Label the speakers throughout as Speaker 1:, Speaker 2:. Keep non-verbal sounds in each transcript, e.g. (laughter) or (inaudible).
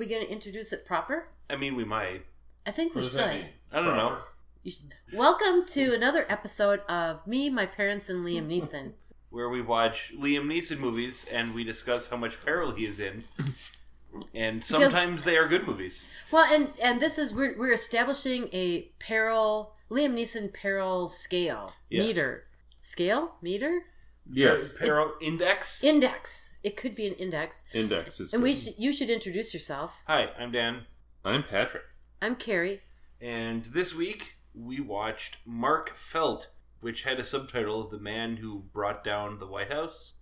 Speaker 1: We gonna introduce it proper?
Speaker 2: I mean, we might.
Speaker 1: I think we
Speaker 3: What does that
Speaker 1: should.
Speaker 3: mean?
Speaker 2: I don't know.
Speaker 1: You should. Welcome to another episode of Me, My Parents, and Liam
Speaker 2: (laughs)
Speaker 1: Neeson.
Speaker 2: Where we watch Liam Neeson movies and we discuss how much peril he is in. And sometimes they are good movies.
Speaker 1: Well, and and this is we're we're establishing a peril Liam Neeson peril scale
Speaker 2: Yes.
Speaker 1: meter scale meter
Speaker 3: Yes.
Speaker 2: Peril index.
Speaker 1: index. It could be an index.
Speaker 3: Index is.
Speaker 1: And we
Speaker 3: good.
Speaker 1: sh- you should introduce yourself.
Speaker 2: Hi, I'm Dan.
Speaker 3: I'm Patrick.
Speaker 1: I'm Carrie.
Speaker 2: And this week we watched Mark Felt, which had a subtitle The Man Who Brought Down the White House.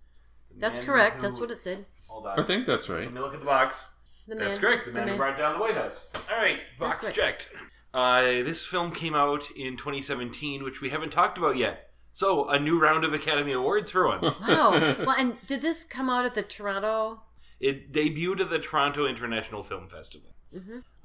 Speaker 2: The
Speaker 1: That's
Speaker 2: man
Speaker 1: correct.
Speaker 2: who-
Speaker 1: That's what it said.
Speaker 2: Hold on.
Speaker 3: I think that's right.
Speaker 2: Let me look at the box.
Speaker 1: The man.
Speaker 2: That's correct. The, man, who brought down the White House. All right, box
Speaker 1: That's
Speaker 2: checked. Uh, this film came out in 2017, which we haven't talked about yet. So a new round of Academy Awards
Speaker 1: (laughs)
Speaker 2: for once. (laughs)
Speaker 1: Wow. well, and did this come out at the Toronto?
Speaker 2: it debuted at the Toronto International Film Festival.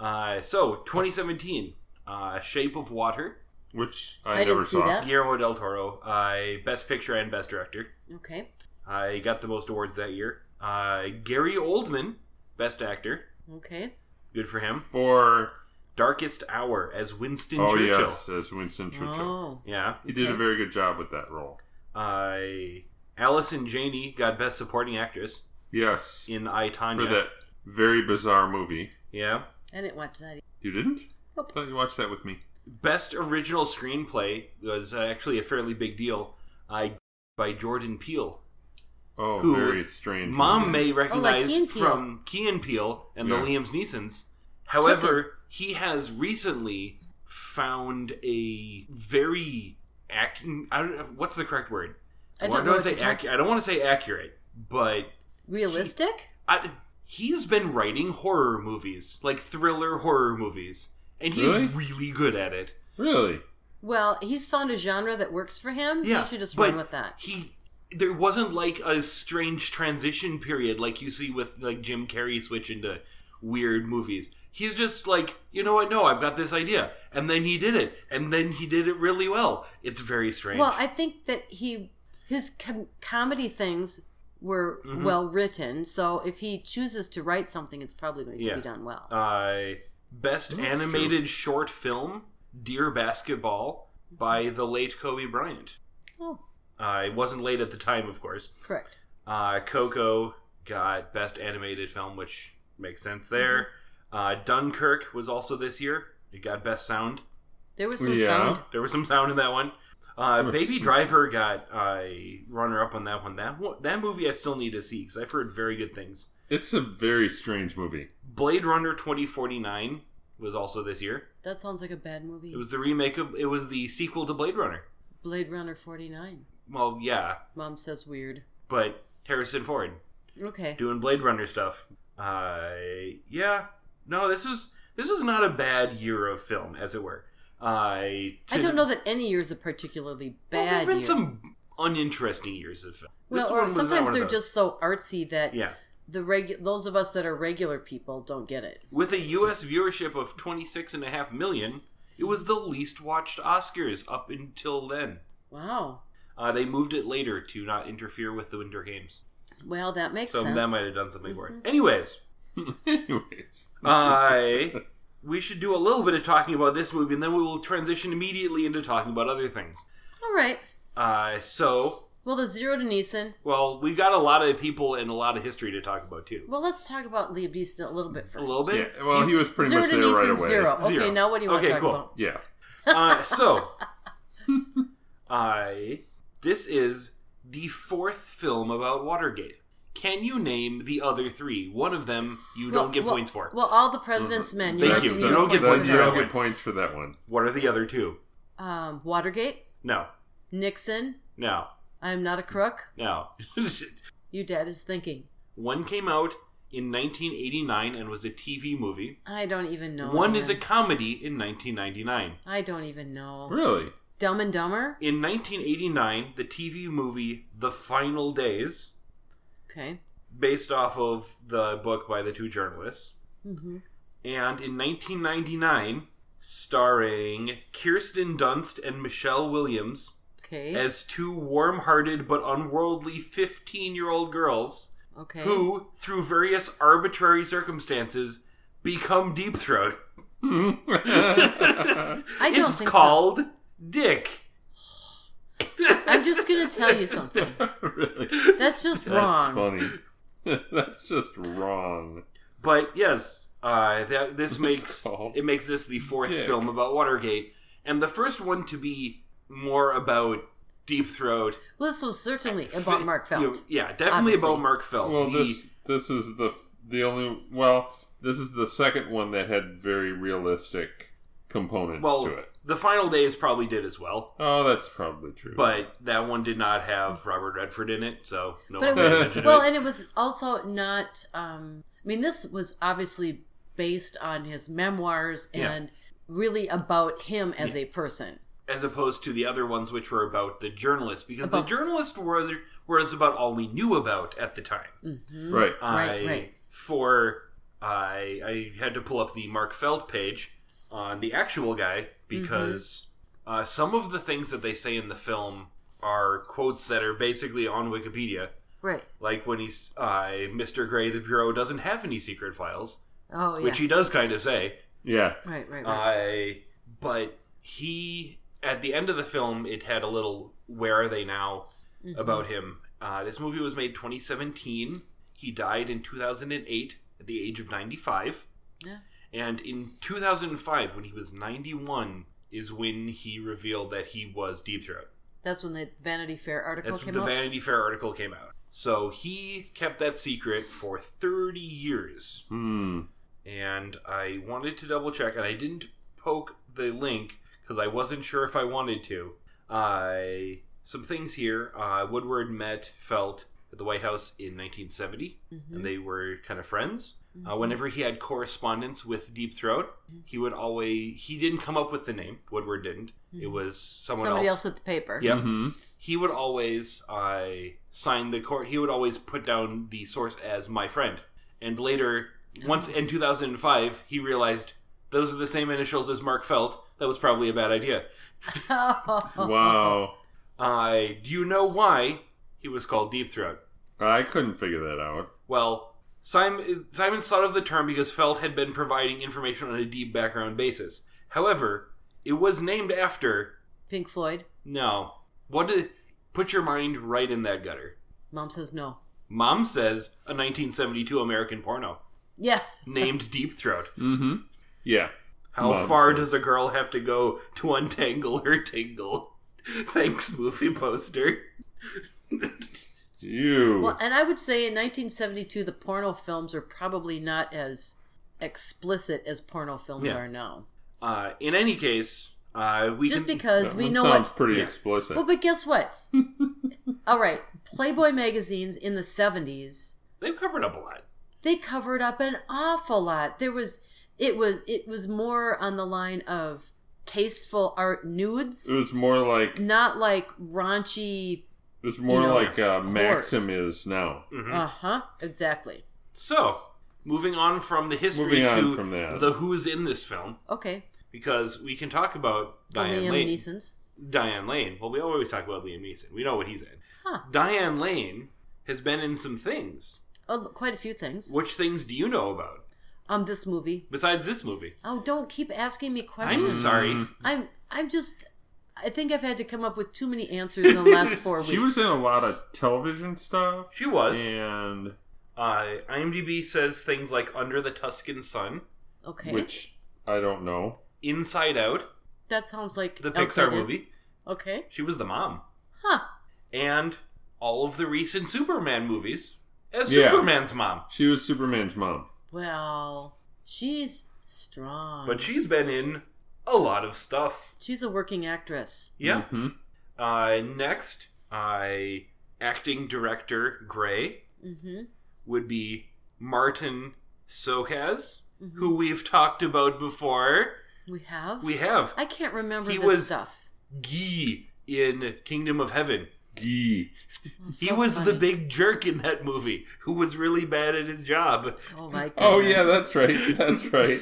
Speaker 2: Uh, so 2017, uh, Shape of Water,
Speaker 3: Which
Speaker 1: I
Speaker 3: I,
Speaker 1: didn't
Speaker 3: never
Speaker 1: see
Speaker 3: saw.
Speaker 1: that.
Speaker 2: Guillermo del Toro, uh, Best Picture and Best Director.
Speaker 1: Okay.
Speaker 2: Uh, he got the most awards that year. Uh, Gary Oldman, Best Actor.
Speaker 1: Okay.
Speaker 2: Good for him.
Speaker 3: For
Speaker 2: Darkest Hour as Winston
Speaker 3: oh
Speaker 2: Churchill.
Speaker 3: yes, as Winston Churchill.
Speaker 1: Oh.
Speaker 2: Yeah.
Speaker 3: He did
Speaker 1: okay.
Speaker 3: a very good job with that role.
Speaker 2: I Allison Janney got Best Supporting Actress
Speaker 3: Yes.
Speaker 2: in I Tanya.
Speaker 3: For that very bizarre movie.
Speaker 2: Yeah.
Speaker 1: I didn't watch that.
Speaker 3: You didn't?
Speaker 1: Nope.
Speaker 3: Thought you watched that with me.
Speaker 2: Best Original Screenplay was uh, actually a fairly big deal. I by Jordan Peele.
Speaker 3: Oh,
Speaker 2: Who-
Speaker 3: very strange.
Speaker 2: Mom
Speaker 3: movie.
Speaker 2: may recognize
Speaker 1: Oh, Key and Peele.
Speaker 2: from Key and Peele and the
Speaker 3: Yeah.
Speaker 2: Liam's Neesons. However, he has recently found a very ac- I don't know what's the correct word.
Speaker 1: I
Speaker 2: Well,
Speaker 1: don't know what
Speaker 2: wanna
Speaker 1: you're
Speaker 2: say
Speaker 1: talking-
Speaker 2: accu- I don't want to say accurate, but
Speaker 1: Realistic?
Speaker 2: I, he's been writing horror movies, like thriller horror movies, and he's
Speaker 3: Really?
Speaker 2: really, good at it.
Speaker 3: Really?
Speaker 1: Well, he's found a genre that works for him.
Speaker 2: Yeah,
Speaker 1: He should just
Speaker 2: but
Speaker 1: run with that.
Speaker 2: He there wasn't like a strange transition period like you see with like Jim Carrey switch into weird movies. He's just like, you know what? No, I've got this idea, and then he did it, and then he did it really well. It's very strange.
Speaker 1: Well, I think that he his com- comedy things were
Speaker 2: Mhm.
Speaker 1: well written. So if he chooses to write something, it's probably going to
Speaker 2: Yeah.
Speaker 1: be done well.
Speaker 2: uh, best
Speaker 3: That's
Speaker 2: animated short film, Dear Basketball, by the late Kobe Bryant.
Speaker 1: oh,
Speaker 2: Uh, it wasn't late at the time, of course.
Speaker 1: correct.
Speaker 2: Uh, Coco got Best Animated Film, which makes sense there. Uh, Dunkirk was also this year. It got Best Sound.
Speaker 1: There was some
Speaker 3: Yeah.
Speaker 1: sound.
Speaker 2: There was some sound in that one. Uh,
Speaker 3: There was
Speaker 2: Baby
Speaker 3: some
Speaker 2: Driver got uh, runner up on that one. That one, that movie I still need to see because I've heard very good things.
Speaker 3: It's a very strange movie. (laughs)
Speaker 2: Blade Runner 2049 was also this year.
Speaker 1: That sounds like a bad movie.
Speaker 2: It was the remake of it was the sequel to Blade Runner.
Speaker 1: Blade Runner 49.
Speaker 2: Well, yeah,
Speaker 1: Mom says weird.
Speaker 2: but Harrison Ford.
Speaker 1: Okay.
Speaker 2: doing Blade Runner stuff. Uh, yeah, no, this was this was not a bad year of film, as it were. I
Speaker 1: I don't know that any year's a particularly
Speaker 2: Well,
Speaker 1: bad
Speaker 2: there've been
Speaker 1: year.
Speaker 2: some uninteresting years of film. This
Speaker 1: well,
Speaker 2: one
Speaker 1: or
Speaker 2: was not one
Speaker 1: sometimes
Speaker 2: of
Speaker 1: they're
Speaker 2: those.
Speaker 1: just so artsy that
Speaker 2: yeah.
Speaker 1: the regu- those of us that are regular people don't get it.
Speaker 2: With a U.S. viewership of twenty six and a half million, it was the least watched Oscars up until then.
Speaker 1: Wow.
Speaker 2: Uh, they moved it later to not interfere with the Winter Games,
Speaker 1: Well, that makes
Speaker 2: so
Speaker 1: sense. Mm-hmm.
Speaker 2: that might have done something for it. Anyways,
Speaker 3: Anyways.
Speaker 2: I we should do a little bit of talking about this movie, and then we will transition immediately into talking about other things.
Speaker 1: All right.
Speaker 2: Uh, so,
Speaker 1: Well, the zero to Neeson.
Speaker 2: well, we've got a lot of people and a lot of history to talk about too.
Speaker 1: Well, let's talk about Liam Neeson a little bit first.
Speaker 2: A little
Speaker 3: yeah,
Speaker 2: bit.
Speaker 3: well, he was pretty
Speaker 1: zero
Speaker 3: much
Speaker 1: to
Speaker 3: there
Speaker 1: Neeson,
Speaker 3: right away.
Speaker 1: zero. Okay,
Speaker 2: Zero.
Speaker 1: now what do you want
Speaker 2: Okay,
Speaker 1: to talk
Speaker 2: cool.
Speaker 1: about?
Speaker 3: Yeah.
Speaker 2: (laughs) Uh, so, I this is the fourth film about Watergate. Can you name the other three? One of them you
Speaker 1: Well,
Speaker 2: don't get
Speaker 1: well-
Speaker 2: points for. Mm-hmm.
Speaker 1: Well, all the president's men. You're
Speaker 2: Thank
Speaker 1: not
Speaker 2: you.
Speaker 1: giving
Speaker 2: You
Speaker 1: me
Speaker 2: don't get
Speaker 1: points
Speaker 2: points
Speaker 1: for
Speaker 3: You
Speaker 1: that.
Speaker 3: don't get points for that one.
Speaker 2: what are the other two?
Speaker 1: Um, Watergate,
Speaker 2: No,
Speaker 1: Nixon.
Speaker 2: no,
Speaker 1: I am not a crook.
Speaker 2: no. (laughs)
Speaker 1: Your dad is thinking.
Speaker 2: One came out in 1989 and was a TV movie.
Speaker 1: I don't even know.
Speaker 2: One is a
Speaker 1: man.
Speaker 2: comedy in 1999.
Speaker 1: I don't even know.
Speaker 3: Really?
Speaker 1: Dumb and Dumber.
Speaker 2: In 1989, the TV movie The Final Days,
Speaker 1: Okay.
Speaker 2: based off of the book by the two journalists,
Speaker 1: Mm-hmm.
Speaker 2: and in 1999, starring Kirsten Dunst and Michelle Williams
Speaker 1: Okay.
Speaker 2: as two warm hearted but unworldly 15 year old girls
Speaker 1: okay.
Speaker 2: who, through various arbitrary circumstances, become Deep Throat.
Speaker 3: (laughs)
Speaker 1: I don't
Speaker 2: it's
Speaker 1: think
Speaker 2: called Dick.
Speaker 1: so. I'm just gonna tell
Speaker 2: (laughs)
Speaker 1: you something.
Speaker 3: really?
Speaker 1: That's just wrong.
Speaker 3: That's funny. (laughs) That's just wrong.
Speaker 2: But yes, uh, that this
Speaker 3: (laughs) It's
Speaker 2: makes
Speaker 3: called
Speaker 2: it makes this the fourth
Speaker 3: Dick.
Speaker 2: film about Watergate, and the first one to be more about Deep Throat.
Speaker 1: Well, this was certainly about Mark
Speaker 2: You know,
Speaker 1: Felt.
Speaker 2: yeah, definitely
Speaker 1: obviously.
Speaker 2: about Mark Felt.
Speaker 3: Well,
Speaker 2: The-
Speaker 3: this this is the the only well, this is the second one that had very realistic components
Speaker 2: well,
Speaker 3: to it.
Speaker 2: the Final Days probably did as well,
Speaker 3: Oh, that's probably true.
Speaker 2: but that one did not have Robert Redford in it, so no
Speaker 1: But
Speaker 2: one
Speaker 1: it
Speaker 2: really
Speaker 3: was-
Speaker 2: mentioned
Speaker 1: Well,
Speaker 2: it.
Speaker 1: and it was also not. Um, I mean, this was obviously based on his memoirs
Speaker 2: Yeah.
Speaker 1: and really about him as a person.
Speaker 2: (laughs) as opposed to the other ones, which were about the journalist, because
Speaker 1: About-
Speaker 2: the journalist was was about all we knew about at the time.
Speaker 1: hmm
Speaker 3: right.
Speaker 1: Right,
Speaker 2: I-
Speaker 1: right.
Speaker 2: For I I had to pull up the Mark Felt page on the actual guy because
Speaker 1: Mm-hmm.
Speaker 2: uh, some of the things that they say in the film are quotes that are basically on Wikipedia.
Speaker 1: Right.
Speaker 2: Like when he's uh, Mr. Gray, the bureau doesn't have any secret files,
Speaker 1: Oh yeah.
Speaker 2: which uh, he does kind of say.
Speaker 3: Yeah.
Speaker 1: right. Right. Right.
Speaker 2: I but he at the end of the film it had a little where are they now
Speaker 1: Mhm.
Speaker 2: Mm-hmm. about him. Uh, this movie was made 2017. He died in 2008 at the age of 95.
Speaker 1: Yeah.
Speaker 2: And in 2005, when he was 91, is when he revealed that he was Deep Throat.
Speaker 1: That's when the Vanity Fair article
Speaker 2: That's when
Speaker 1: came
Speaker 2: the
Speaker 1: out.
Speaker 2: Vanity Fair article came out. So he kept that secret for 30 years
Speaker 3: Hmm.
Speaker 2: and I wanted to double check, and I didn't poke the link because I wasn't sure if I wanted to. I some things here. Uh, Woodward met Felt at the White House in 1970,
Speaker 1: Mhm.
Speaker 2: and they were kind of friends. Uh,
Speaker 1: Mhm.
Speaker 2: whenever he had correspondence with Deep Throat, he would always he didn't come up with the name. Woodward didn't. It
Speaker 1: Mhm.
Speaker 2: was someone
Speaker 1: Somebody
Speaker 2: else.
Speaker 1: else at the paper. (laughs)
Speaker 2: Yep.
Speaker 3: Mhm.
Speaker 2: He would always I sign the court. He would always put down the source as my friend. And later, once in 2005, he realized those are the same initials as Mark Felt. That was probably a bad idea.
Speaker 1: Oh.
Speaker 3: Wow.
Speaker 2: I do you know why he was called Deep Throat?
Speaker 3: I couldn't figure that out.
Speaker 2: Well, Simon, Simons thought of the term because Felt had been providing information on a deep background basis. However, it was named after
Speaker 1: Pink Floyd.
Speaker 2: no. What did put your mind right in that gutter?
Speaker 1: Mom says no.
Speaker 2: Mom says a 1972 American porno
Speaker 1: Yeah.
Speaker 3: (laughs)
Speaker 2: named Deep Throat.
Speaker 3: Mm-hmm. Yeah.
Speaker 2: How
Speaker 3: Mom
Speaker 2: far
Speaker 3: says.
Speaker 2: does a girl have to go to untangle her tingle? (laughs) Thanks, movie poster.
Speaker 3: You.
Speaker 1: Well, and I would say in 1972, the porno films are probably not as explicit as porno films
Speaker 2: Yeah.
Speaker 1: are now.
Speaker 2: Uh, in any case, uh, we
Speaker 1: Just
Speaker 2: can,
Speaker 1: because
Speaker 3: That
Speaker 1: we
Speaker 3: one
Speaker 1: know
Speaker 3: sounds
Speaker 1: what.
Speaker 3: pretty
Speaker 2: Yeah.
Speaker 3: explicit.
Speaker 1: Well, but guess what?
Speaker 2: (laughs)
Speaker 1: All right, Playboy magazines in the 70s,
Speaker 2: they've covered up a lot.
Speaker 1: they covered up an awful lot. There was it was it was more on the line of tasteful art nudes,
Speaker 2: Mm.
Speaker 3: it was more like it
Speaker 1: not like raunchy.
Speaker 3: was more
Speaker 1: You know,
Speaker 3: like uh,
Speaker 1: horse.
Speaker 3: Maxim is now.
Speaker 2: Mhm.
Speaker 1: Uh-huh, exactly.
Speaker 2: So, moving on from the history
Speaker 3: Moving on
Speaker 2: to
Speaker 3: from that.
Speaker 2: the who's in this film,
Speaker 1: Okay.
Speaker 2: because we can talk about
Speaker 1: The
Speaker 2: Diane
Speaker 1: Liam
Speaker 2: Lane.
Speaker 1: Neeson's.
Speaker 2: Diane Lane. Well, we always talk about Liam Neeson. We know what he's in.
Speaker 1: Huh.
Speaker 2: Diane Lane has been in some things.
Speaker 1: Oh, quite a few things.
Speaker 2: Which things do you know about
Speaker 1: Um this movie.
Speaker 2: besides this movie?
Speaker 1: Oh, don't keep asking me
Speaker 2: I'm
Speaker 1: questions.
Speaker 2: sorry.
Speaker 1: I'm I'm just I think I've had to come up with too many answers in the
Speaker 2: (laughs)
Speaker 1: last four weeks.
Speaker 3: She was in a lot of television stuff.
Speaker 2: She was.
Speaker 3: and
Speaker 2: Uh, IMDb says things like Under the Tuscan Sun,
Speaker 1: okay.
Speaker 3: which I don't know.
Speaker 2: Inside Out,
Speaker 1: that sounds like
Speaker 2: the
Speaker 1: outdated.
Speaker 2: Pixar movie.
Speaker 1: Okay.
Speaker 2: She was the mom.
Speaker 1: Huh.
Speaker 2: And all of the recent Superman movies as
Speaker 3: Yeah.
Speaker 2: Superman's mom.
Speaker 3: She was Superman's mom.
Speaker 1: Well, she's strong.
Speaker 2: But she's been in a lot of stuff.
Speaker 1: she's a working actress.
Speaker 2: Yeah.
Speaker 3: Mhm.
Speaker 2: Uh, next, I acting director Gray
Speaker 1: Mm-hmm.
Speaker 2: would be Martin Sokaz, who we've talked about before.
Speaker 1: We have.
Speaker 2: We have
Speaker 1: I can't remember
Speaker 2: He
Speaker 1: this
Speaker 2: was-
Speaker 1: stuff.
Speaker 2: Guy in Kingdom of Heaven.
Speaker 3: Gee.
Speaker 1: Oh,
Speaker 2: He
Speaker 1: so
Speaker 2: was the
Speaker 1: funny.
Speaker 2: big jerk in that movie who was really bad at his job.
Speaker 1: Oh my god.
Speaker 3: Oh yeah, that's (laughs) right. That's right.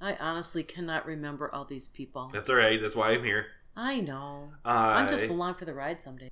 Speaker 1: I honestly cannot remember all these people.
Speaker 2: That's all right. That's why I'm here.
Speaker 1: I know.
Speaker 2: I,
Speaker 1: I'm just along for the ride someday.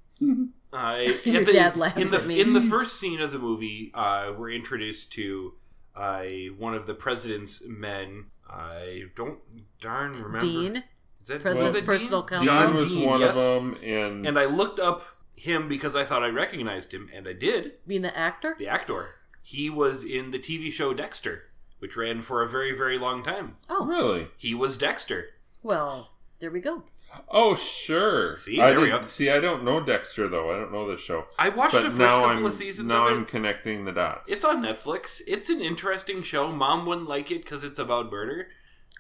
Speaker 2: I,
Speaker 1: Your
Speaker 2: at
Speaker 1: (laughs)
Speaker 2: the-
Speaker 1: dad laughs
Speaker 2: uh, in the,
Speaker 1: at me. (laughs)
Speaker 2: In the first scene of the movie, uh, we're introduced to I one of the president's men. I don't darn remember.
Speaker 1: Dean.
Speaker 2: Is that
Speaker 1: President's
Speaker 2: was it
Speaker 1: personal
Speaker 2: Dean?
Speaker 1: counsel.
Speaker 3: John was
Speaker 2: Dean,
Speaker 3: one
Speaker 2: yes.
Speaker 3: of them, and,
Speaker 2: And I looked up him because I thought I recognized him, and I did.
Speaker 1: Being the actor?
Speaker 2: The actor. He was in the TV show Dexter, which ran for a very, very long time.
Speaker 1: Oh,
Speaker 3: really,
Speaker 2: He was Dexter.
Speaker 1: well, there we go.
Speaker 3: oh sure.
Speaker 2: See,
Speaker 3: I
Speaker 2: there we
Speaker 3: didn't-
Speaker 2: go.
Speaker 3: see, I don't know Dexter though. I don't know this show,
Speaker 2: I watched
Speaker 3: but
Speaker 2: the 1st
Speaker 3: now
Speaker 2: couple
Speaker 3: I'm
Speaker 2: of seasons
Speaker 3: now
Speaker 2: of
Speaker 3: I'm
Speaker 2: it.
Speaker 3: connecting the dots. (laughs)
Speaker 2: It's on Netflix. It's an interesting show. Mom wouldn't like it because it's about murder.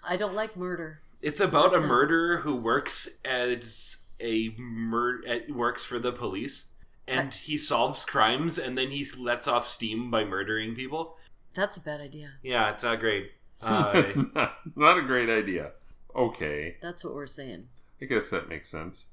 Speaker 1: I don't like murder.
Speaker 2: It's about a
Speaker 1: Awesome.
Speaker 2: murderer who works as a mur- at- works for the police,
Speaker 1: Uh,
Speaker 2: and he solves crimes, and then he lets off steam by murdering people.
Speaker 1: That's a bad idea.
Speaker 2: Yeah, it's not
Speaker 3: (laughs)
Speaker 2: great. Uh,
Speaker 3: it's not, not a great idea. Okay,
Speaker 1: That's what we're saying.
Speaker 3: I guess that makes sense.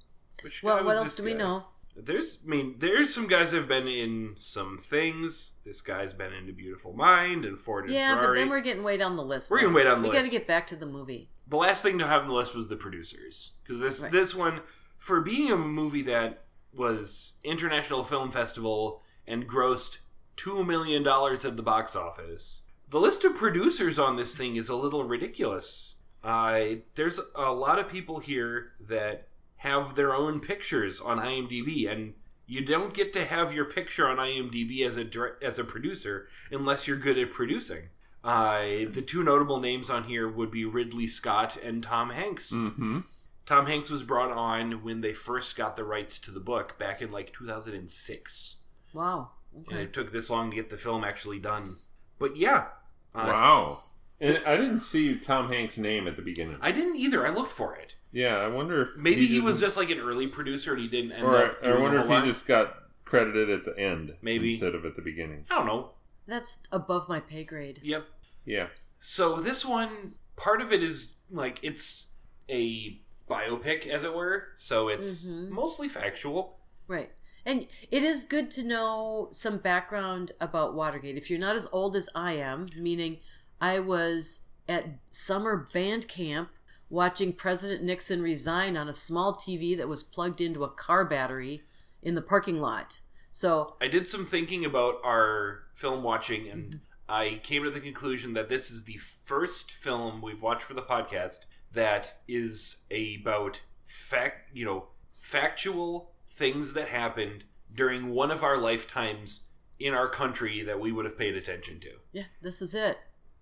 Speaker 2: which guy
Speaker 1: Well, what
Speaker 2: was
Speaker 1: else
Speaker 2: this
Speaker 1: do we
Speaker 2: guy?
Speaker 1: know?
Speaker 2: There's, I mean, there's some guys that have been in some things. This guy's been into Beautiful Mind and Ford and
Speaker 1: Yeah, but
Speaker 2: Ferrari.
Speaker 1: then we're getting way down the list.
Speaker 2: We're
Speaker 1: now.
Speaker 2: getting way down the
Speaker 1: We got to
Speaker 2: list.
Speaker 1: get back to the movie.
Speaker 2: the last thing to have on the list was the producers because this
Speaker 1: Right.
Speaker 2: this one for being a movie that was international film festival and grossed two million dollars at the box office the list of producers on this thing is a little ridiculous uh, there's a lot of people here that have their own pictures on imdb and you don't get to have your picture on imdb as a dir- as a producer unless you're good at producing uh, the two notable names on here would be Ridley Scott and Tom Hanks.
Speaker 3: Mm-hmm.
Speaker 2: Tom Hanks was brought on when they first got the rights to the book back in like 2006.
Speaker 1: Wow.
Speaker 2: And
Speaker 1: Okay.
Speaker 2: it took this long to get the film actually done. But yeah. Uh,
Speaker 3: Wow. And I didn't see Tom Hanks' name at the beginning.
Speaker 2: I didn't either. I looked for it.
Speaker 3: Yeah, I wonder if
Speaker 2: Maybe he, was
Speaker 3: didn't-
Speaker 2: just like an early producer and he didn't end
Speaker 3: or
Speaker 2: up.
Speaker 3: I,
Speaker 2: doing
Speaker 3: wonder
Speaker 2: a
Speaker 3: if
Speaker 2: whole
Speaker 3: he
Speaker 2: lot.
Speaker 3: just got credited at the end,
Speaker 2: Maybe.
Speaker 3: instead of at the beginning.
Speaker 2: I don't know.
Speaker 1: That's above my pay grade.
Speaker 2: Yep.
Speaker 3: Yeah,
Speaker 2: So this one, part of it is like it's a biopic, as it were. So it's
Speaker 1: Mhm.
Speaker 2: mostly factual.
Speaker 1: Right. And it is good to know some background about Watergate. If you're not as old as I am, meaning I was at summer band camp watching President Nixon resign on a small TV that was plugged into a car battery in the parking lot. So,
Speaker 2: I did some thinking about our film watching, and
Speaker 1: Mm-hmm.
Speaker 2: I came to the conclusion that this is the first film we've watched for the podcast that is about fact, you know, factual things that happened during one of our lifetimes in our country that we would have paid attention to.
Speaker 1: yeah, this is it.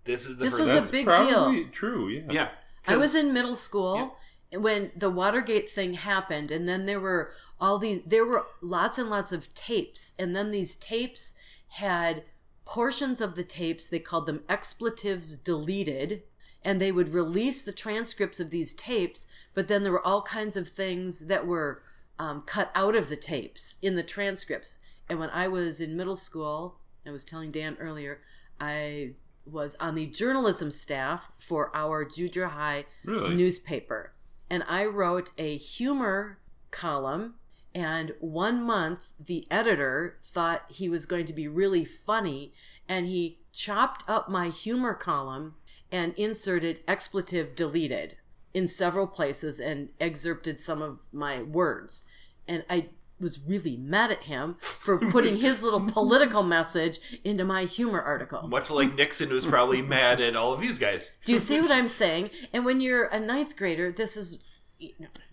Speaker 2: This is the
Speaker 1: This
Speaker 2: first.
Speaker 1: was a big
Speaker 3: probably True. Yeah.
Speaker 2: yeah.
Speaker 1: I was in middle school when the Watergate thing happened, and then there were all these, there were lots and lots of tapes, and then these tapes had portions of the tapes, they called them expletives deleted, and they would release the transcripts of these tapes, but then there were all kinds of things that were um, cut out of the tapes in the transcripts. And when I was in middle school, I was telling Dan earlier, I was on the journalism staff for our Judra High
Speaker 3: Really?
Speaker 1: newspaper. And I wrote a humor column. And one month, the editor thought he was going to be really funny. And he chopped up my humor column and inserted expletive deleted in several places and excerpted some of my words. And I was really mad at him for putting his little political message into my humor article.
Speaker 2: Much like Nixon was
Speaker 1: (laughs)
Speaker 2: probably mad at all of these guys.
Speaker 1: Do you see what I'm saying? And when you're a ninth grader, this is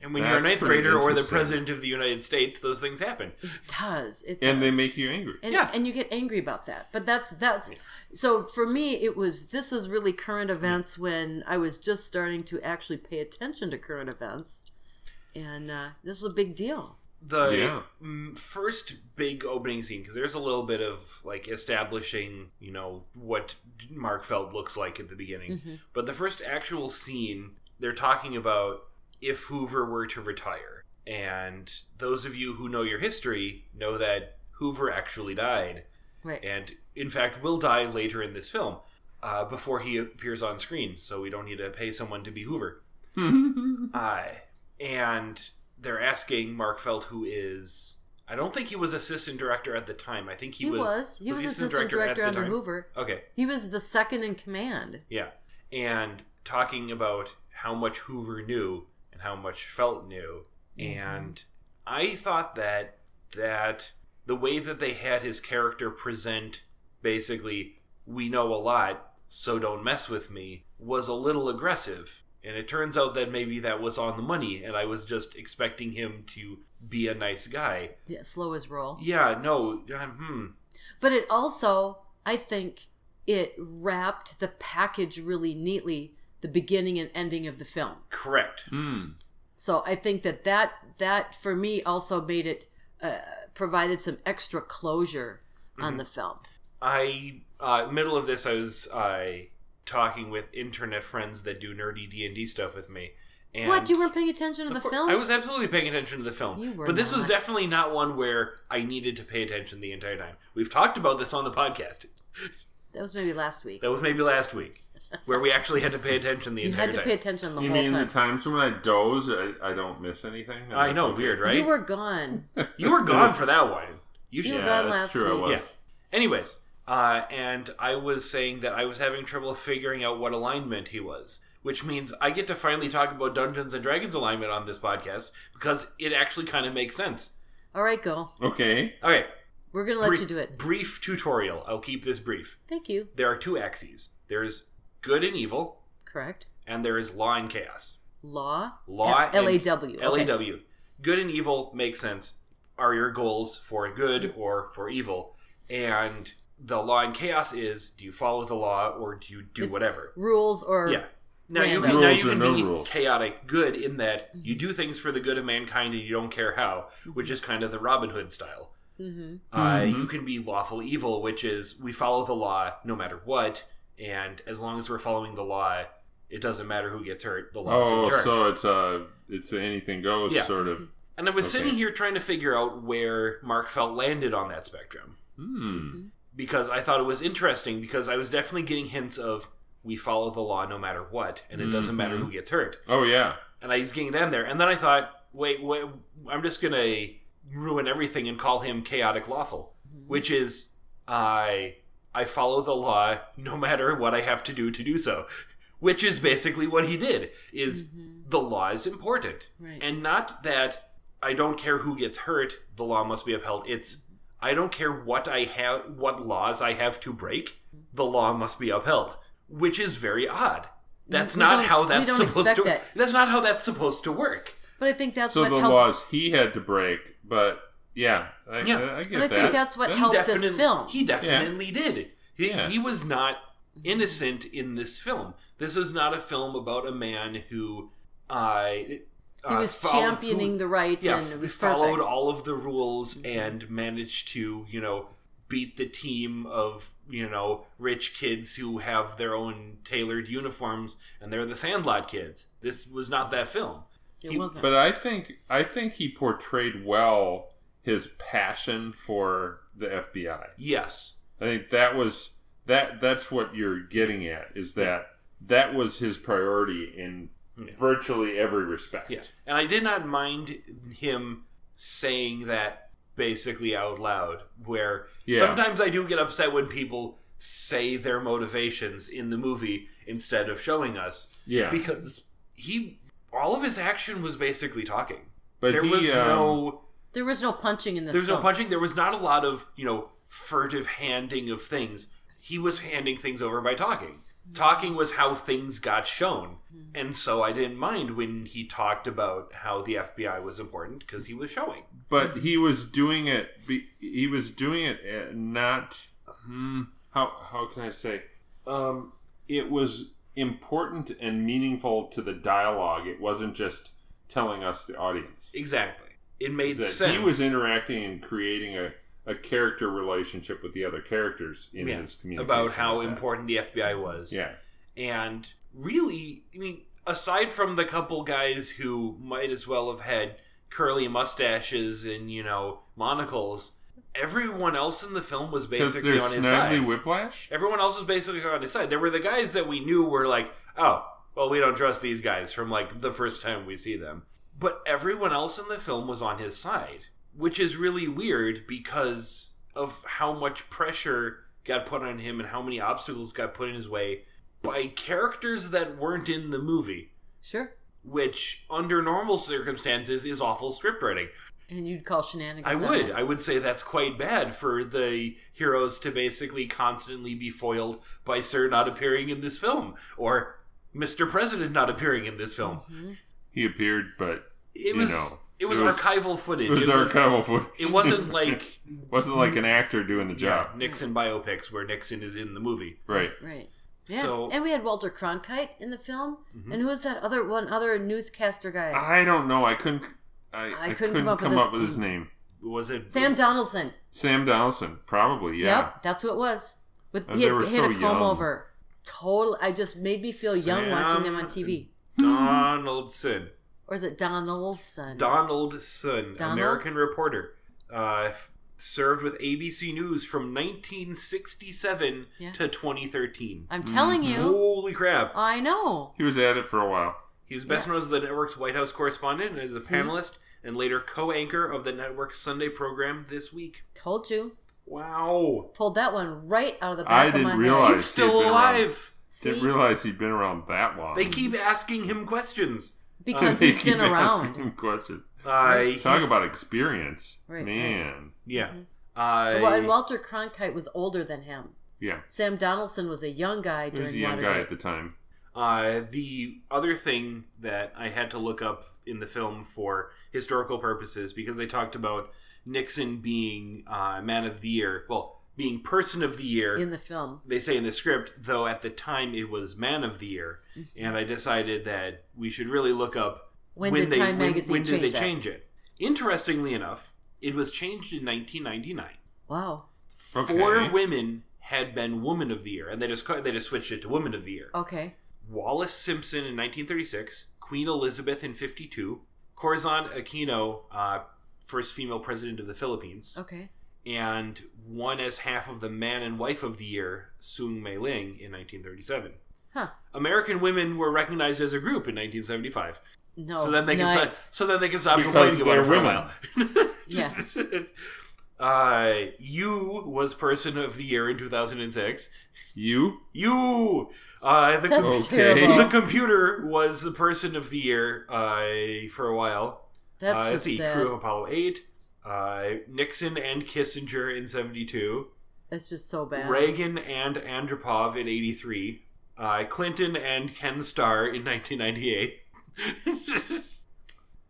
Speaker 2: And when you're a
Speaker 3: That's
Speaker 2: ninth
Speaker 3: pretty
Speaker 2: grader or the
Speaker 3: interesting.
Speaker 2: president of the United States, those things happen.
Speaker 1: does it
Speaker 3: And they
Speaker 1: does.
Speaker 3: make you angry.
Speaker 1: and,
Speaker 2: yeah.
Speaker 1: and you get angry about that. But that's that's so for me it was this is really current events when I was just starting to actually pay attention to current events, and uh, this was a big deal.
Speaker 2: the
Speaker 3: Yeah.
Speaker 2: mm, first big opening scene because there's a little bit of like establishing you know what mark feld looks like at the beginning but the first actual scene they're talking about if hoover were to retire and those of you who know your history know that hoover actually died
Speaker 1: Right.
Speaker 2: and in fact will die later in this film uh, before he appears on screen so we don't need to pay someone to be hoover
Speaker 1: (laughs)
Speaker 2: I and they're asking Mark Felt, who is I don't think he was assistant director at the time. I think he,
Speaker 1: He, was, he was, assistant director,
Speaker 2: at the
Speaker 1: under
Speaker 2: time?
Speaker 1: Hoover.
Speaker 2: Okay,
Speaker 1: He was the second in command.
Speaker 2: yeah, and talking about how much Hoover knew and how much Felt knew, and I thought that that the way that they had his character present basically we know a lot, so don't mess with me, was a little aggressive. And it turns out that maybe that was on the money, and I was just expecting him to be a nice guy.
Speaker 1: Yeah, slow his roll.
Speaker 2: Yeah, no, uh, hmm.
Speaker 1: But it also, I think, it wrapped the package really neatly, the beginning and ending of the film.
Speaker 2: Correct.
Speaker 3: Hmm.
Speaker 1: So I think that that, that for me also made it, uh, provided some extra closure
Speaker 2: Mm-hmm.
Speaker 1: on the film.
Speaker 2: I uh, middle of this, I was uh, talking with internet friends that do nerdy D and D stuff with me. And
Speaker 1: what, you weren't paying attention to the, film?
Speaker 2: I was absolutely paying attention to the film,
Speaker 1: You were
Speaker 2: but this was
Speaker 1: not.
Speaker 2: definitely not one where I needed to pay attention the entire time. We've talked about this on the podcast.
Speaker 1: that was maybe last week.
Speaker 2: That was maybe last week, where we actually had to pay attention the
Speaker 1: You
Speaker 2: entire
Speaker 1: had to
Speaker 2: time.
Speaker 1: pay attention the
Speaker 3: You
Speaker 1: whole
Speaker 3: mean
Speaker 1: time.
Speaker 3: the times when I doze, I, I don't miss anything? And
Speaker 2: I
Speaker 3: that's
Speaker 2: know,
Speaker 3: okay.
Speaker 2: weird, right?
Speaker 1: You were
Speaker 2: (laughs)
Speaker 1: gone.
Speaker 2: You
Speaker 1: (laughs)
Speaker 2: were gone for that one. You should.
Speaker 1: were
Speaker 3: Yeah,
Speaker 1: gone
Speaker 3: that's
Speaker 1: last
Speaker 3: true.
Speaker 1: week.
Speaker 3: I was.
Speaker 2: Yeah. Anyways, uh, and I was saying that I was having trouble figuring out what alignment he was, which means I get to finally talk about Dungeons and Dragons alignment on this podcast because it actually kind of makes sense.
Speaker 1: All right, go.
Speaker 3: Okay.
Speaker 2: All right,
Speaker 1: We're going to let
Speaker 2: brief-
Speaker 1: you do it.
Speaker 2: Brief tutorial. I'll keep this brief.
Speaker 1: Thank you.
Speaker 2: There are two axes. There's good and evil,
Speaker 1: Correct.
Speaker 2: and there is law and chaos.
Speaker 1: Law.
Speaker 2: Law.
Speaker 1: L A W.
Speaker 2: and- LAW. Good and evil makes sense. Are your goals for good or for evil? And the law and chaos is do you follow the law or do you do
Speaker 1: It's-
Speaker 2: whatever?
Speaker 1: Rules or
Speaker 2: Yeah. Now you,
Speaker 1: Random. Mm-hmm.
Speaker 2: now
Speaker 3: Rules
Speaker 2: you
Speaker 3: or
Speaker 2: can
Speaker 3: no
Speaker 2: be
Speaker 3: rules.
Speaker 2: chaotic good in that you do things for the good of mankind and you don't care how, which is kind of the Robin Hood style.
Speaker 1: hmm
Speaker 2: Uh,
Speaker 3: Mhm.
Speaker 2: you can be lawful evil, which is we follow the law no matter what, and as long as we're following the law, it doesn't matter who gets hurt. The law's in
Speaker 3: Oh,
Speaker 2: charge.
Speaker 3: so it's a it's a anything goes
Speaker 2: Yeah.
Speaker 3: sort of.
Speaker 2: And I was
Speaker 3: Okay.
Speaker 2: sitting here trying to figure out where Mark Felt landed on that spectrum Mm.
Speaker 1: Mm-hmm.
Speaker 3: Hmm.
Speaker 2: because I thought it was interesting because I was definitely getting hints of we follow the law no matter what, and it doesn't matter
Speaker 3: Mhm.
Speaker 2: who gets hurt.
Speaker 3: Oh yeah.
Speaker 2: And I was getting them there, and then I thought, wait, wait I'm just gonna ruin everything and call him chaotic lawful, Mm-hmm. which is I I follow the law no matter what I have to do to do so, (laughs) which is basically what he did. Is the law is important.
Speaker 1: Mm-hmm. Right.
Speaker 2: And not that I don't care who gets hurt, the law must be upheld. It's I don't care what I have what laws I have to break, the law must be upheld, which is very odd. That's
Speaker 1: we
Speaker 2: not
Speaker 1: don't-
Speaker 2: how
Speaker 1: we
Speaker 2: that's
Speaker 1: don't
Speaker 2: supposed to
Speaker 1: expect that.
Speaker 2: That's not how that's supposed to work.
Speaker 1: But I think that's
Speaker 3: so
Speaker 1: what
Speaker 3: the
Speaker 1: helped.
Speaker 3: laws he had to break, but yeah, I,
Speaker 2: Yeah.
Speaker 3: I, I get
Speaker 1: And I
Speaker 3: that.
Speaker 1: think that's what helped this
Speaker 2: definite-
Speaker 1: film.
Speaker 2: He definitely did. He,
Speaker 3: Yeah.
Speaker 2: he was not innocent in this film. This is not a film about a man who uh,
Speaker 1: he
Speaker 2: uh,
Speaker 1: was
Speaker 2: follow-
Speaker 1: championing
Speaker 2: who-
Speaker 1: the right,
Speaker 2: yeah,
Speaker 1: and it was
Speaker 2: followed
Speaker 1: perfect. Mm-hmm.
Speaker 2: all of the rules and managed to you know beat the team of you know rich kids who have their own tailored uniforms and they're the Sandlot kids. This was not that film.
Speaker 1: it
Speaker 2: he-
Speaker 1: wasn't.
Speaker 3: But I think I think he portrayed well his passion for the FBI.
Speaker 2: Yes,
Speaker 3: I think that was that that's what you're getting at is that that was his priority in
Speaker 2: Yeah.
Speaker 3: virtually every respect.
Speaker 2: Yeah. And I did not mind him saying that basically out loud, where
Speaker 3: Yeah.
Speaker 2: sometimes I do get upset when people say their motivations in the movie instead of showing us.
Speaker 3: Yeah.
Speaker 2: Because he, all of his action was basically talking.
Speaker 3: but
Speaker 2: there
Speaker 3: he,
Speaker 2: was
Speaker 3: um,
Speaker 2: no,
Speaker 1: there was no punching in this
Speaker 2: there was
Speaker 1: film.
Speaker 2: no punching. There was not a lot of, you know, furtive handing of things. He was handing things over by talking. Talking was how things got shown. And so I didn't mind when he talked about how the FBI was important because he was showing.
Speaker 3: but he was doing it. Be, he was doing it at not. Hmm, how how can I say? Um, it was important and meaningful to the dialogue. It wasn't just telling us the audience.
Speaker 2: Exactly. It made
Speaker 3: That
Speaker 2: sense.
Speaker 3: he was interacting and creating a, a character relationship with the other characters in
Speaker 2: Yeah,
Speaker 3: his communication
Speaker 2: about how
Speaker 3: with that.
Speaker 2: important the FBI was.
Speaker 3: Yeah,
Speaker 2: And really, I mean, aside from the couple guys who might as well have had curly mustaches and, you know, monocles, everyone else in the film was
Speaker 3: because
Speaker 2: basically
Speaker 3: there's
Speaker 2: on his
Speaker 3: Snidely
Speaker 2: side.
Speaker 3: Whiplash.
Speaker 2: Everyone else was basically on his side. There were the guys that we knew were like, oh, well, we don't trust these guys from like the first time we see them. But everyone else in the film was on his side, which is really weird because of how much pressure got put on him and how many obstacles got put in his way by characters that weren't in the movie,
Speaker 1: Sure.
Speaker 2: which under normal circumstances is awful script writing.
Speaker 1: And you'd call shenanigans.
Speaker 2: I
Speaker 1: on
Speaker 2: would.
Speaker 1: it.
Speaker 2: I would say that's quite bad for the heroes to basically constantly be foiled by Sir not appearing in this film or Mr. President not appearing in this film.
Speaker 1: Mhm.
Speaker 3: He appeared, but
Speaker 2: It
Speaker 3: You
Speaker 2: was
Speaker 3: know,
Speaker 2: it was
Speaker 3: it was-
Speaker 2: archival footage.
Speaker 3: it was archival footage.
Speaker 2: It wasn't like
Speaker 3: (laughs) wasn't like an actor doing the
Speaker 2: yeah,
Speaker 3: job,
Speaker 2: Nixon biopics where Nixon is in the movie.
Speaker 3: right?
Speaker 1: Right. Yeah.
Speaker 2: So-
Speaker 1: and we had Walter Cronkite in the film. And who was that other one other newscaster guy?
Speaker 3: Mm-hmm. I don't know. I couldn't. I, I couldn't, come up, with,
Speaker 1: his
Speaker 3: his name.
Speaker 2: Was it
Speaker 1: Sam Donaldson.
Speaker 3: Sam Donaldson, probably. Yeah.
Speaker 1: Yep, that's who it was. With
Speaker 3: And
Speaker 1: he
Speaker 3: they
Speaker 1: had,
Speaker 3: were
Speaker 1: he had a
Speaker 3: so
Speaker 1: comb
Speaker 3: young.
Speaker 1: over. Total. I just made me feel young watching them on TV.
Speaker 2: Donaldson?
Speaker 1: Or is it Donaldson?
Speaker 2: Donaldson,
Speaker 1: Mm-hmm. Donald?
Speaker 2: American reporter, uh, f- served with ABC News from 1967
Speaker 1: Yeah.
Speaker 2: to 2013.
Speaker 1: I'm telling
Speaker 3: Mm-hmm.
Speaker 1: you.
Speaker 2: Holy crap!
Speaker 1: I know.
Speaker 3: He was at it for a while.
Speaker 2: He was best known as the network's White House correspondent and as a
Speaker 1: See?
Speaker 2: panelist and later co-anchor of the network's Sunday program this week.
Speaker 1: Told you.
Speaker 2: Wow,
Speaker 1: Pulled that one right out of the back
Speaker 3: I
Speaker 1: of
Speaker 3: didn't
Speaker 1: my
Speaker 3: realize.
Speaker 1: head.
Speaker 2: he's still
Speaker 3: been around.
Speaker 2: alive.
Speaker 1: See,
Speaker 3: Didn't realize he'd been around that long.
Speaker 2: They
Speaker 1: (laughs)
Speaker 2: keep asking him questions.
Speaker 3: (laughs)
Speaker 1: because
Speaker 3: They
Speaker 1: he's
Speaker 3: keep
Speaker 1: been
Speaker 3: asking (laughs)
Speaker 1: around.
Speaker 3: him questions.
Speaker 2: Uh,
Speaker 3: Talk
Speaker 2: he's-
Speaker 3: about experience,
Speaker 1: Right, right.
Speaker 3: man.
Speaker 2: yeah.
Speaker 1: Mm-hmm. Well, and
Speaker 2: Uh,
Speaker 1: Walter Cronkite was older than him.
Speaker 3: Yeah,
Speaker 1: Sam Donaldson was a young guy
Speaker 3: he
Speaker 1: during
Speaker 3: was a young
Speaker 1: Watergate.
Speaker 3: guy at the time.
Speaker 2: uh, the other thing that I had to look up in the film for historical purposes because they talked about Nixon being uh, man of the year, well, being person of the year
Speaker 1: in the film.
Speaker 2: they say in the script, though at the time it was Man of the Year, and I decided that we should really look up
Speaker 1: Mm-hmm. When, did Time Magazine
Speaker 2: when
Speaker 1: change
Speaker 2: did they
Speaker 1: that?
Speaker 2: change it. Interestingly enough, it was changed in 1999.
Speaker 1: Wow.
Speaker 2: Four
Speaker 3: Okay.
Speaker 2: women had been Woman of the Year, and they just ca- they just switched it to Woman of the Year.
Speaker 1: Okay.
Speaker 2: Wallace Simpson in 1936, Queen Elizabeth in 52, Corazon Aquino, uh, first female president of the Philippines
Speaker 1: Okay.
Speaker 2: and won as half of the man and wife of the year, Sung Mei Ling, in 1937.
Speaker 1: Huh.
Speaker 2: American women were recognized as a group in 1975.
Speaker 1: No.
Speaker 2: so then they can
Speaker 1: Oh, nice.
Speaker 2: stop, so then they can stop
Speaker 3: Because
Speaker 2: complaining about it
Speaker 3: they're
Speaker 2: for a while.
Speaker 1: (laughs) Yeah.
Speaker 2: (laughs)
Speaker 1: (laughs)
Speaker 2: uh, you was person of the year in 2006.
Speaker 3: You
Speaker 2: You uh, the
Speaker 1: That's
Speaker 3: Okay.
Speaker 1: terrible.
Speaker 2: the computer was the person of the year uh, for a while.
Speaker 1: That's
Speaker 2: uh,
Speaker 1: just
Speaker 2: the
Speaker 1: sad.
Speaker 2: crew of Apollo 8, uh, Nixon and Kissinger in 72.
Speaker 1: That's just so bad.
Speaker 2: Reagan and Andropov in 83, uh, Clinton and Ken Starr in 1998,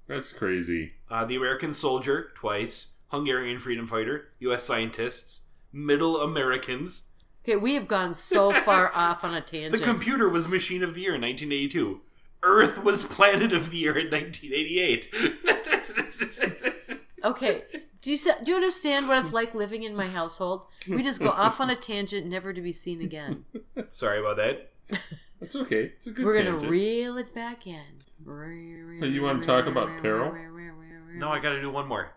Speaker 3: That's crazy.
Speaker 2: (laughs) uh, the American soldier twice, Hungarian freedom fighter, U.S. scientists, middle Americans.
Speaker 1: Okay, we have gone so far off on a tangent.
Speaker 2: The computer was machine of the year in 1982. Earth was planet of the year in 1988.
Speaker 1: okay. Do you se- do you understand what it's like living in my household? We just go off on a tangent, never to be seen again.
Speaker 2: (laughs) Sorry about that.
Speaker 3: That's okay. It's a good.
Speaker 1: We're gonna
Speaker 3: tangent.
Speaker 1: reel it back in. You
Speaker 3: wanna talk about peril?
Speaker 2: No, I gotta do one more.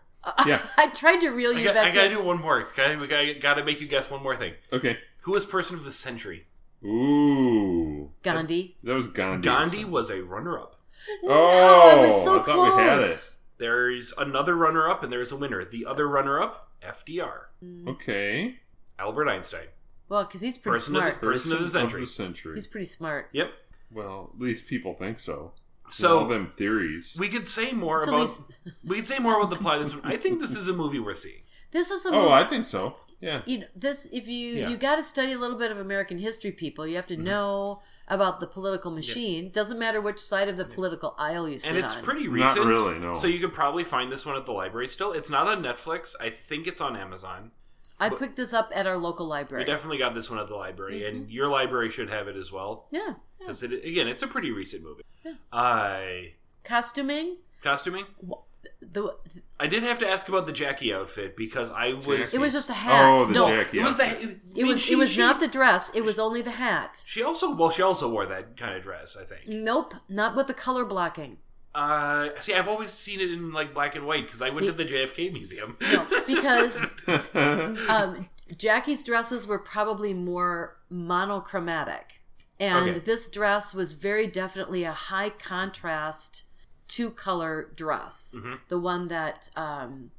Speaker 3: Yeah.
Speaker 1: (laughs) I tried to reel
Speaker 2: I,
Speaker 1: you
Speaker 2: got,
Speaker 1: back
Speaker 2: I gotta
Speaker 1: in.
Speaker 2: do one more. Okay, we gotta, gotta make you guess one more thing.
Speaker 3: Okay.
Speaker 2: Who was person of the century?
Speaker 3: Ooh,
Speaker 1: Gandhi.
Speaker 3: that was Gandhi.
Speaker 2: Gandhi was a runner-up.
Speaker 1: Oh, I was so
Speaker 3: I
Speaker 1: close.
Speaker 3: thought we had
Speaker 2: There's another runner up and there's a winner. The other runner up, FDR,
Speaker 3: Okay.
Speaker 2: Albert Einstein.
Speaker 1: Well, because he's pretty
Speaker 2: Person of the-
Speaker 1: smart.
Speaker 2: Person of the century.
Speaker 3: century.
Speaker 1: He's pretty smart.
Speaker 2: Yep.
Speaker 3: Well, at least people think so. all
Speaker 2: So
Speaker 3: them theories.
Speaker 2: we could say more
Speaker 1: It's at
Speaker 2: about
Speaker 1: least-
Speaker 2: we could say more about the plot of this one. I think this is a movie
Speaker 1: (laughs)
Speaker 2: we're seeing.
Speaker 1: This is a
Speaker 3: oh,
Speaker 1: movie.
Speaker 3: I think so. Yeah.
Speaker 1: you know, this if you
Speaker 2: Yeah. Mm-hmm.
Speaker 1: you got to study a little bit of American history, people. You have to know about the political machine. Doesn't matter which side of the political aisle you sit
Speaker 2: And it's
Speaker 1: on.
Speaker 2: pretty
Speaker 3: Not
Speaker 2: recent.
Speaker 3: really, no.
Speaker 2: So you could probably find this one at the library still. It's not on Netflix. I think it's on Amazon.
Speaker 1: I picked this up at our local library.
Speaker 2: We definitely got this one at the library, and your library should have it as well.
Speaker 1: yeah, Mm-hmm. yeah.
Speaker 2: Because it, again, it's a pretty recent movie. I
Speaker 1: costuming.
Speaker 2: costuming.
Speaker 1: The
Speaker 2: I did have to ask about the Jackie outfit because I was.
Speaker 1: it was just a hat.
Speaker 3: Oh, the
Speaker 1: no,
Speaker 3: Jackie.
Speaker 2: It was the.
Speaker 3: outfit.
Speaker 2: I
Speaker 1: it
Speaker 2: mean,
Speaker 1: was
Speaker 2: she-
Speaker 1: it was
Speaker 2: she-
Speaker 1: not the dress. It was only the hat.
Speaker 2: She also well, she also wore that kind of dress, I think.
Speaker 1: Nope, not with the color
Speaker 2: (laughs)
Speaker 1: blocking.
Speaker 2: Uh, see, I've always seen it in like black and white because I went
Speaker 1: See-
Speaker 2: to the JFK museum.
Speaker 1: (laughs) No, because um, Jackie's dresses were probably more monochromatic. And
Speaker 2: Okay.
Speaker 1: this dress was very definitely a high contrast two color dress. The one that um,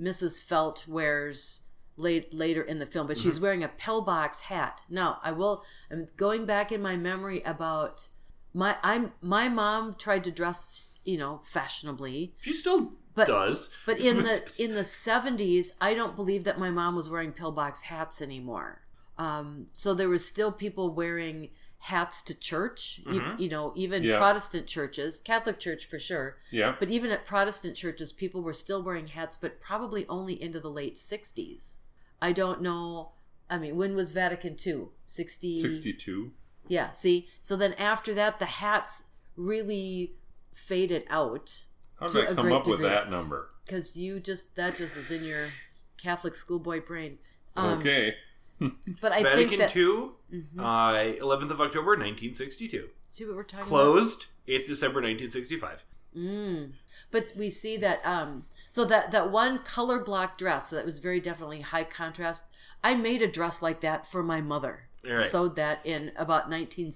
Speaker 1: Mrs. Felt wears late, later in the film, but she's wearing a pillbox hat. Now, I will, I'm going back in my memory about my, I'm, my mom tried to dress, you know, fashionably.
Speaker 2: She still
Speaker 1: But
Speaker 2: does.
Speaker 1: but in the in the seventies, I don't believe that my mom was wearing pillbox hats anymore. Um, so there was still people wearing hats to church. You-
Speaker 2: Mhm.
Speaker 1: You, know, even
Speaker 3: Yeah.
Speaker 1: Protestant churches, Catholic church for sure.
Speaker 3: (laughs) Yeah.
Speaker 1: But even at Protestant churches, people were still wearing hats, but probably only into the late sixties. I don't know. I mean, when was Vatican II? 60,
Speaker 3: 62.
Speaker 1: Yeah, see? So then after that, the hats really faded out
Speaker 3: How
Speaker 1: To
Speaker 3: did I
Speaker 1: a
Speaker 3: come
Speaker 1: great
Speaker 3: up with
Speaker 1: degree.
Speaker 3: that number?
Speaker 1: because you just, that just is in your Catholic schoolboy brain. Um,
Speaker 3: okay.
Speaker 1: But I
Speaker 2: Vatican
Speaker 1: think that. Mm-hmm.
Speaker 2: II, uh, 11th of October, 1962.
Speaker 1: See what we're talking about?
Speaker 2: Closed 8th December, 1965.
Speaker 1: Mm. But we see that um so that that one color block dress that was very definitely high contrast. I made a dress like that for my mother.
Speaker 2: All right.
Speaker 1: Sewed that in about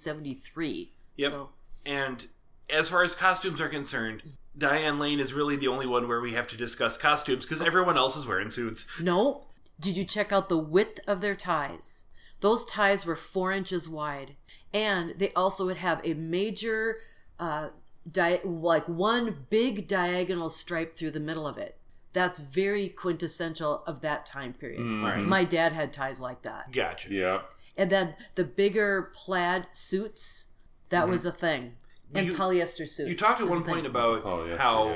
Speaker 1: 1973.
Speaker 2: Yep.
Speaker 1: So
Speaker 2: And as far as costumes are concerned, Diane Lane is really the only one where we have to discuss costumes because everyone else is wearing suits.
Speaker 1: no. Did you check out the width of their ties? Those ties were four inches wide, and they also would have a major, uh, di- like one big diagonal stripe through the middle of it. That's very quintessential of that time period.
Speaker 2: Right.
Speaker 1: My dad had ties like that.
Speaker 2: Gotcha.
Speaker 3: Mm-hmm. Yeah.
Speaker 1: And then the bigger plaid suits, that was a thing. And
Speaker 2: Mm-hmm. You-
Speaker 1: polyester suits.
Speaker 2: You talked at
Speaker 1: was a
Speaker 2: one
Speaker 1: thing.
Speaker 2: point about
Speaker 3: Polyester,
Speaker 2: how
Speaker 3: Oh,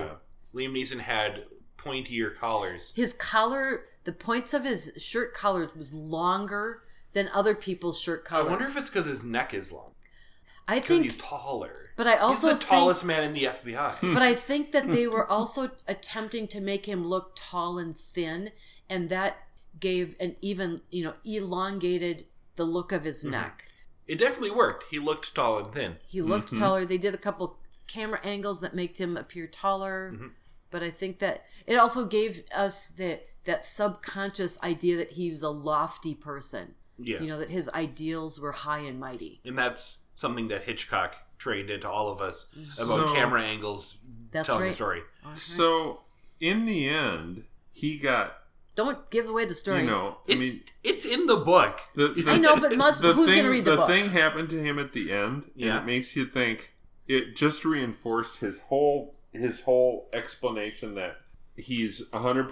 Speaker 3: yeah.
Speaker 2: Liam Neeson had pointier collars.
Speaker 1: his collar, the points of his shirt collars was longer than other people's shirt
Speaker 2: I
Speaker 1: collars.
Speaker 2: wonder if it's because his neck is long.
Speaker 1: I
Speaker 2: Because
Speaker 1: think,
Speaker 2: he's taller.
Speaker 1: but I also
Speaker 2: he's the
Speaker 1: think,
Speaker 2: tallest man in the
Speaker 3: Hmm.
Speaker 2: FBI.
Speaker 1: but I think that they
Speaker 2: (laughs)
Speaker 1: were also attempting to make him look tall and thin, and that gave an even, you know, elongated the look of
Speaker 2: Mm-hmm.
Speaker 1: his neck.
Speaker 2: it definitely worked. He looked tall and thin.
Speaker 1: He looked taller. They did a couple camera angles that made him appear taller.
Speaker 2: Mm-hmm.
Speaker 1: But I think that it also gave us that that subconscious idea that he was a lofty person.
Speaker 2: Yeah.
Speaker 1: You know, that his ideals were high and mighty.
Speaker 2: and that's something that Hitchcock trained into all of us about
Speaker 3: So-
Speaker 2: camera angles
Speaker 1: That's
Speaker 2: telling
Speaker 1: right.
Speaker 2: a story.
Speaker 3: So, in the end, he got,
Speaker 1: Don't give away the story.
Speaker 3: you know, I
Speaker 2: It's
Speaker 3: mean,
Speaker 2: it's in the book.
Speaker 3: the, the,
Speaker 1: I know, but must,
Speaker 3: the
Speaker 1: who's
Speaker 3: thing,
Speaker 1: going to read the, book?
Speaker 3: thing happened to him at the end,
Speaker 2: Yeah.
Speaker 3: and it makes you think. It just reinforced his whole his whole explanation that he's 100%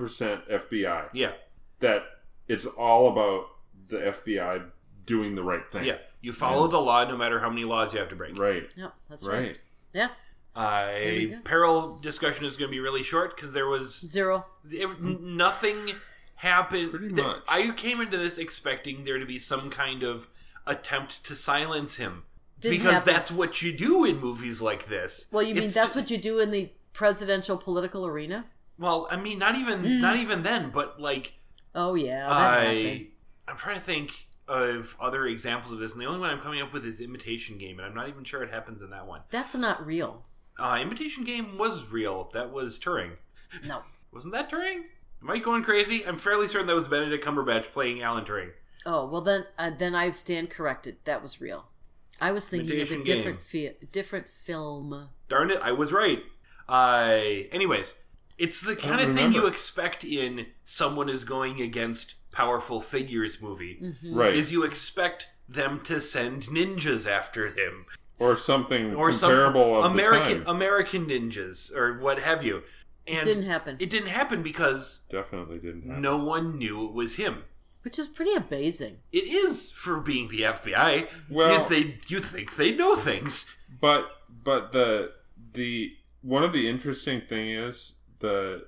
Speaker 3: FBI.
Speaker 2: (laughs) Yeah.
Speaker 3: That it's all about the FBI doing the right thing.
Speaker 2: Yeah. You follow the law no matter how many laws you have to break.
Speaker 3: Right.
Speaker 1: Yep, that's right.
Speaker 3: Right.
Speaker 1: Yeah, we
Speaker 2: I
Speaker 1: go.
Speaker 2: peril discussion is going to be really short because there was
Speaker 1: zero.
Speaker 2: it, nothing happened.
Speaker 3: Pretty
Speaker 2: th-
Speaker 3: much.
Speaker 2: I came into this expecting there to be some kind of attempt to silence him
Speaker 1: Didn't
Speaker 2: because
Speaker 1: happen.
Speaker 2: that's what you do in movies like this.
Speaker 1: Well, you mean
Speaker 2: It's-
Speaker 1: that's what you do in the presidential political arena?
Speaker 2: Well, I mean, not even not even then, but like
Speaker 1: Mm. Oh, yeah, that happened.
Speaker 2: I, I'm trying to think of other examples of this, and the only one I'm coming up with is Imitation Game, and I'm not even sure it happens in that one.
Speaker 1: That's not real.
Speaker 2: Uh, Imitation Game was real. That was Turing.
Speaker 1: No.
Speaker 2: Wasn't that Turing? Am I going crazy? I'm fairly certain that was Benedict Cumberbatch playing Alan Turing.
Speaker 1: Oh well, then uh, then I stand corrected. That was real. I was thinking of
Speaker 2: Imitation
Speaker 1: a different fi- different film.
Speaker 2: Darn it, I was right. Uh, anyways, it's the kind of thing
Speaker 3: remember.
Speaker 2: you expect in someone is going against powerful figures movie.
Speaker 3: Right.
Speaker 2: Mm-hmm. Is you expect them to send ninjas after him.
Speaker 3: or something
Speaker 2: or
Speaker 3: comparable
Speaker 2: some
Speaker 3: Mm, of
Speaker 2: American um,
Speaker 3: the time.
Speaker 2: American ninjas or what have you. And
Speaker 1: Didn't happen,
Speaker 2: It didn't happen because
Speaker 3: Definitely didn't happen.
Speaker 2: no one knew it was him.
Speaker 1: which is pretty amazing.
Speaker 2: It is for being the FBI.
Speaker 3: Well-
Speaker 2: If they you think they know things.
Speaker 3: But but the the one of the interesting thing is the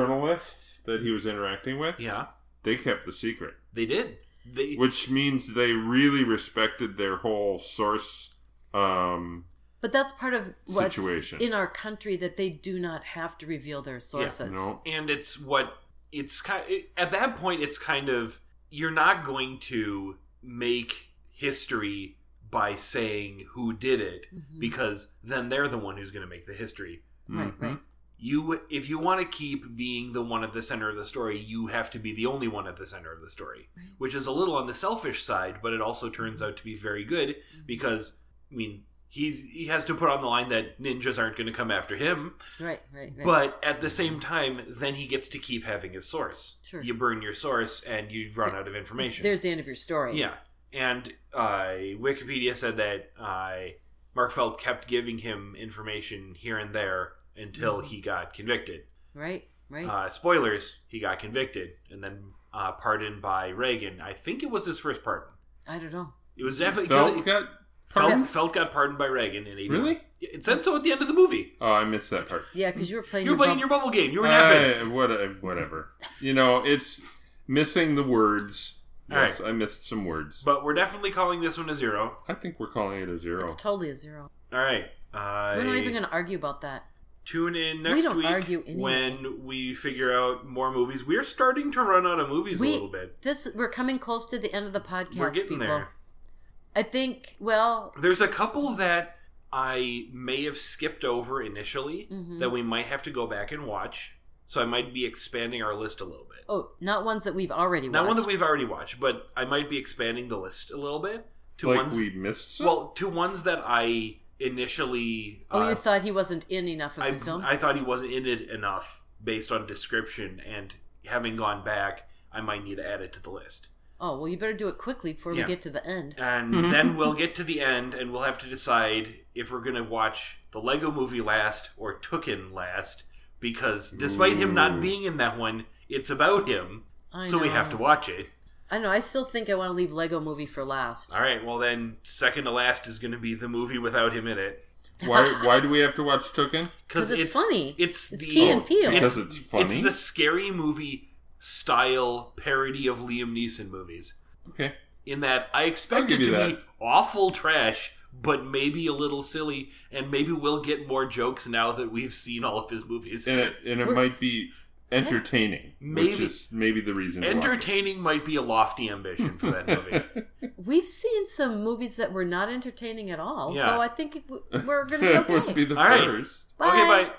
Speaker 3: journalists that he was interacting with,
Speaker 2: Yeah,
Speaker 3: they kept the secret,
Speaker 2: they did. They
Speaker 3: which means they really respected their whole source. Um,
Speaker 1: But that's part of what's
Speaker 3: Situation.
Speaker 1: in our country that they do not have to reveal their sources.
Speaker 3: no,
Speaker 2: and it's what it's kind at that point it's kind of you're not going to make history by saying who did it because then they're the one who's going to make the history.
Speaker 1: Right,
Speaker 3: Mm-hmm.
Speaker 1: right.
Speaker 2: you if you want to keep being the one at the center of the story you have to be the only one at the center of the story which is a little on the selfish side but it also turns out to be very good because i mean he's he has to put on the line that ninjas aren't going to come after him
Speaker 1: Right, right, right.
Speaker 2: Mm-hmm. but at the same time then he gets to keep having his source
Speaker 1: Sure.
Speaker 2: you burn your source and you run out of information
Speaker 1: there's the end of your story.
Speaker 2: yeah, and uh, Wikipedia said that uh, Mark Felt kept giving him information here and there until he got convicted.
Speaker 1: Right. Mm-hmm. Right.
Speaker 2: Uh, spoilers, he got convicted and then uh, pardoned by Reagan. I think it was his first pardon.
Speaker 1: I don't know.
Speaker 2: It was definitely. 'cause
Speaker 3: Felt
Speaker 2: it-
Speaker 3: got
Speaker 2: Felt,
Speaker 3: pardoned?
Speaker 2: Felt got pardoned by Reagan in 81.
Speaker 3: Really?
Speaker 2: It said so at the end of the movie.
Speaker 3: Oh, I missed that part.
Speaker 1: Yeah, because you were playing.
Speaker 2: You were
Speaker 1: your
Speaker 2: playing
Speaker 1: bub-
Speaker 2: your bubble game. You were napping.
Speaker 3: Uh, what, whatever. You know, it's missing the words.
Speaker 2: All right.
Speaker 3: Yes, I missed some words.
Speaker 2: But we're definitely calling this one a zero.
Speaker 3: I think we're calling it a zero.
Speaker 1: It's totally a zero.
Speaker 2: All right. Uh,
Speaker 1: We're not even going to argue about that.
Speaker 2: tune in
Speaker 1: We
Speaker 2: next
Speaker 1: don't
Speaker 2: week
Speaker 1: argue anyway.
Speaker 2: when we figure out more movies. We're starting to run out of movies a
Speaker 1: We
Speaker 2: little bit.
Speaker 1: this we're coming close to the end of the podcast,
Speaker 2: We're getting
Speaker 1: people.
Speaker 2: there.
Speaker 1: I think. Well,
Speaker 2: There's a couple that I may have skipped over initially
Speaker 1: Mm-hmm.
Speaker 2: that we might have to go back and watch. So I might be expanding our list a little bit.
Speaker 1: oh, not ones that we've already
Speaker 2: Not
Speaker 1: watched.
Speaker 2: one that we've already watched, but I might be expanding the list a little bit to
Speaker 3: like
Speaker 2: ones
Speaker 3: we missed some?
Speaker 2: Well, to ones that I initially
Speaker 1: oh,
Speaker 2: uh,
Speaker 1: you thought he wasn't in enough of
Speaker 2: I,
Speaker 1: the film.
Speaker 2: I thought he wasn't in it enough based on description, and having gone back, I might need to add it to the list.
Speaker 1: oh well, you better do it quickly before
Speaker 2: Yeah.
Speaker 1: we get to the end.
Speaker 2: And
Speaker 1: Mm-hmm.
Speaker 2: then we'll get to the end, and we'll have to decide if we're going to watch the Lego Movie last or Tooken last, because despite him not
Speaker 3: Ooh.
Speaker 2: being in that one, it's about him,
Speaker 1: I
Speaker 2: so we
Speaker 1: know.
Speaker 2: have to watch it.
Speaker 1: I know. I still think I want to leave Lego Movie for last.
Speaker 2: All right, well then, second to last is going to be the movie without him in it.
Speaker 3: why, why do we have to watch Token?
Speaker 1: Because it's funny.
Speaker 2: It's,
Speaker 1: It's
Speaker 2: the,
Speaker 1: Key and Peele.
Speaker 3: Because it's funny?
Speaker 2: It's the scary movie style parody of Liam Neeson movies.
Speaker 3: Okay.
Speaker 2: In that I expect it
Speaker 3: give
Speaker 2: to
Speaker 3: you
Speaker 2: be awful trash, but maybe a little silly, and maybe we'll get more jokes now that we've seen all of his movies.
Speaker 3: And it, and it
Speaker 1: We're-
Speaker 3: might be entertaining, which
Speaker 2: Maybe-
Speaker 3: is maybe the reason. to watch it.
Speaker 2: Entertaining might be a lofty ambition for
Speaker 1: (laughs)
Speaker 2: that movie.
Speaker 1: We've seen some movies that were not entertaining at all,
Speaker 2: Yeah.
Speaker 1: so I think it- we're going to be
Speaker 3: would (laughs)
Speaker 1: okay.
Speaker 3: be the
Speaker 2: All right.
Speaker 3: first.
Speaker 1: Bye.
Speaker 2: Okay, bye.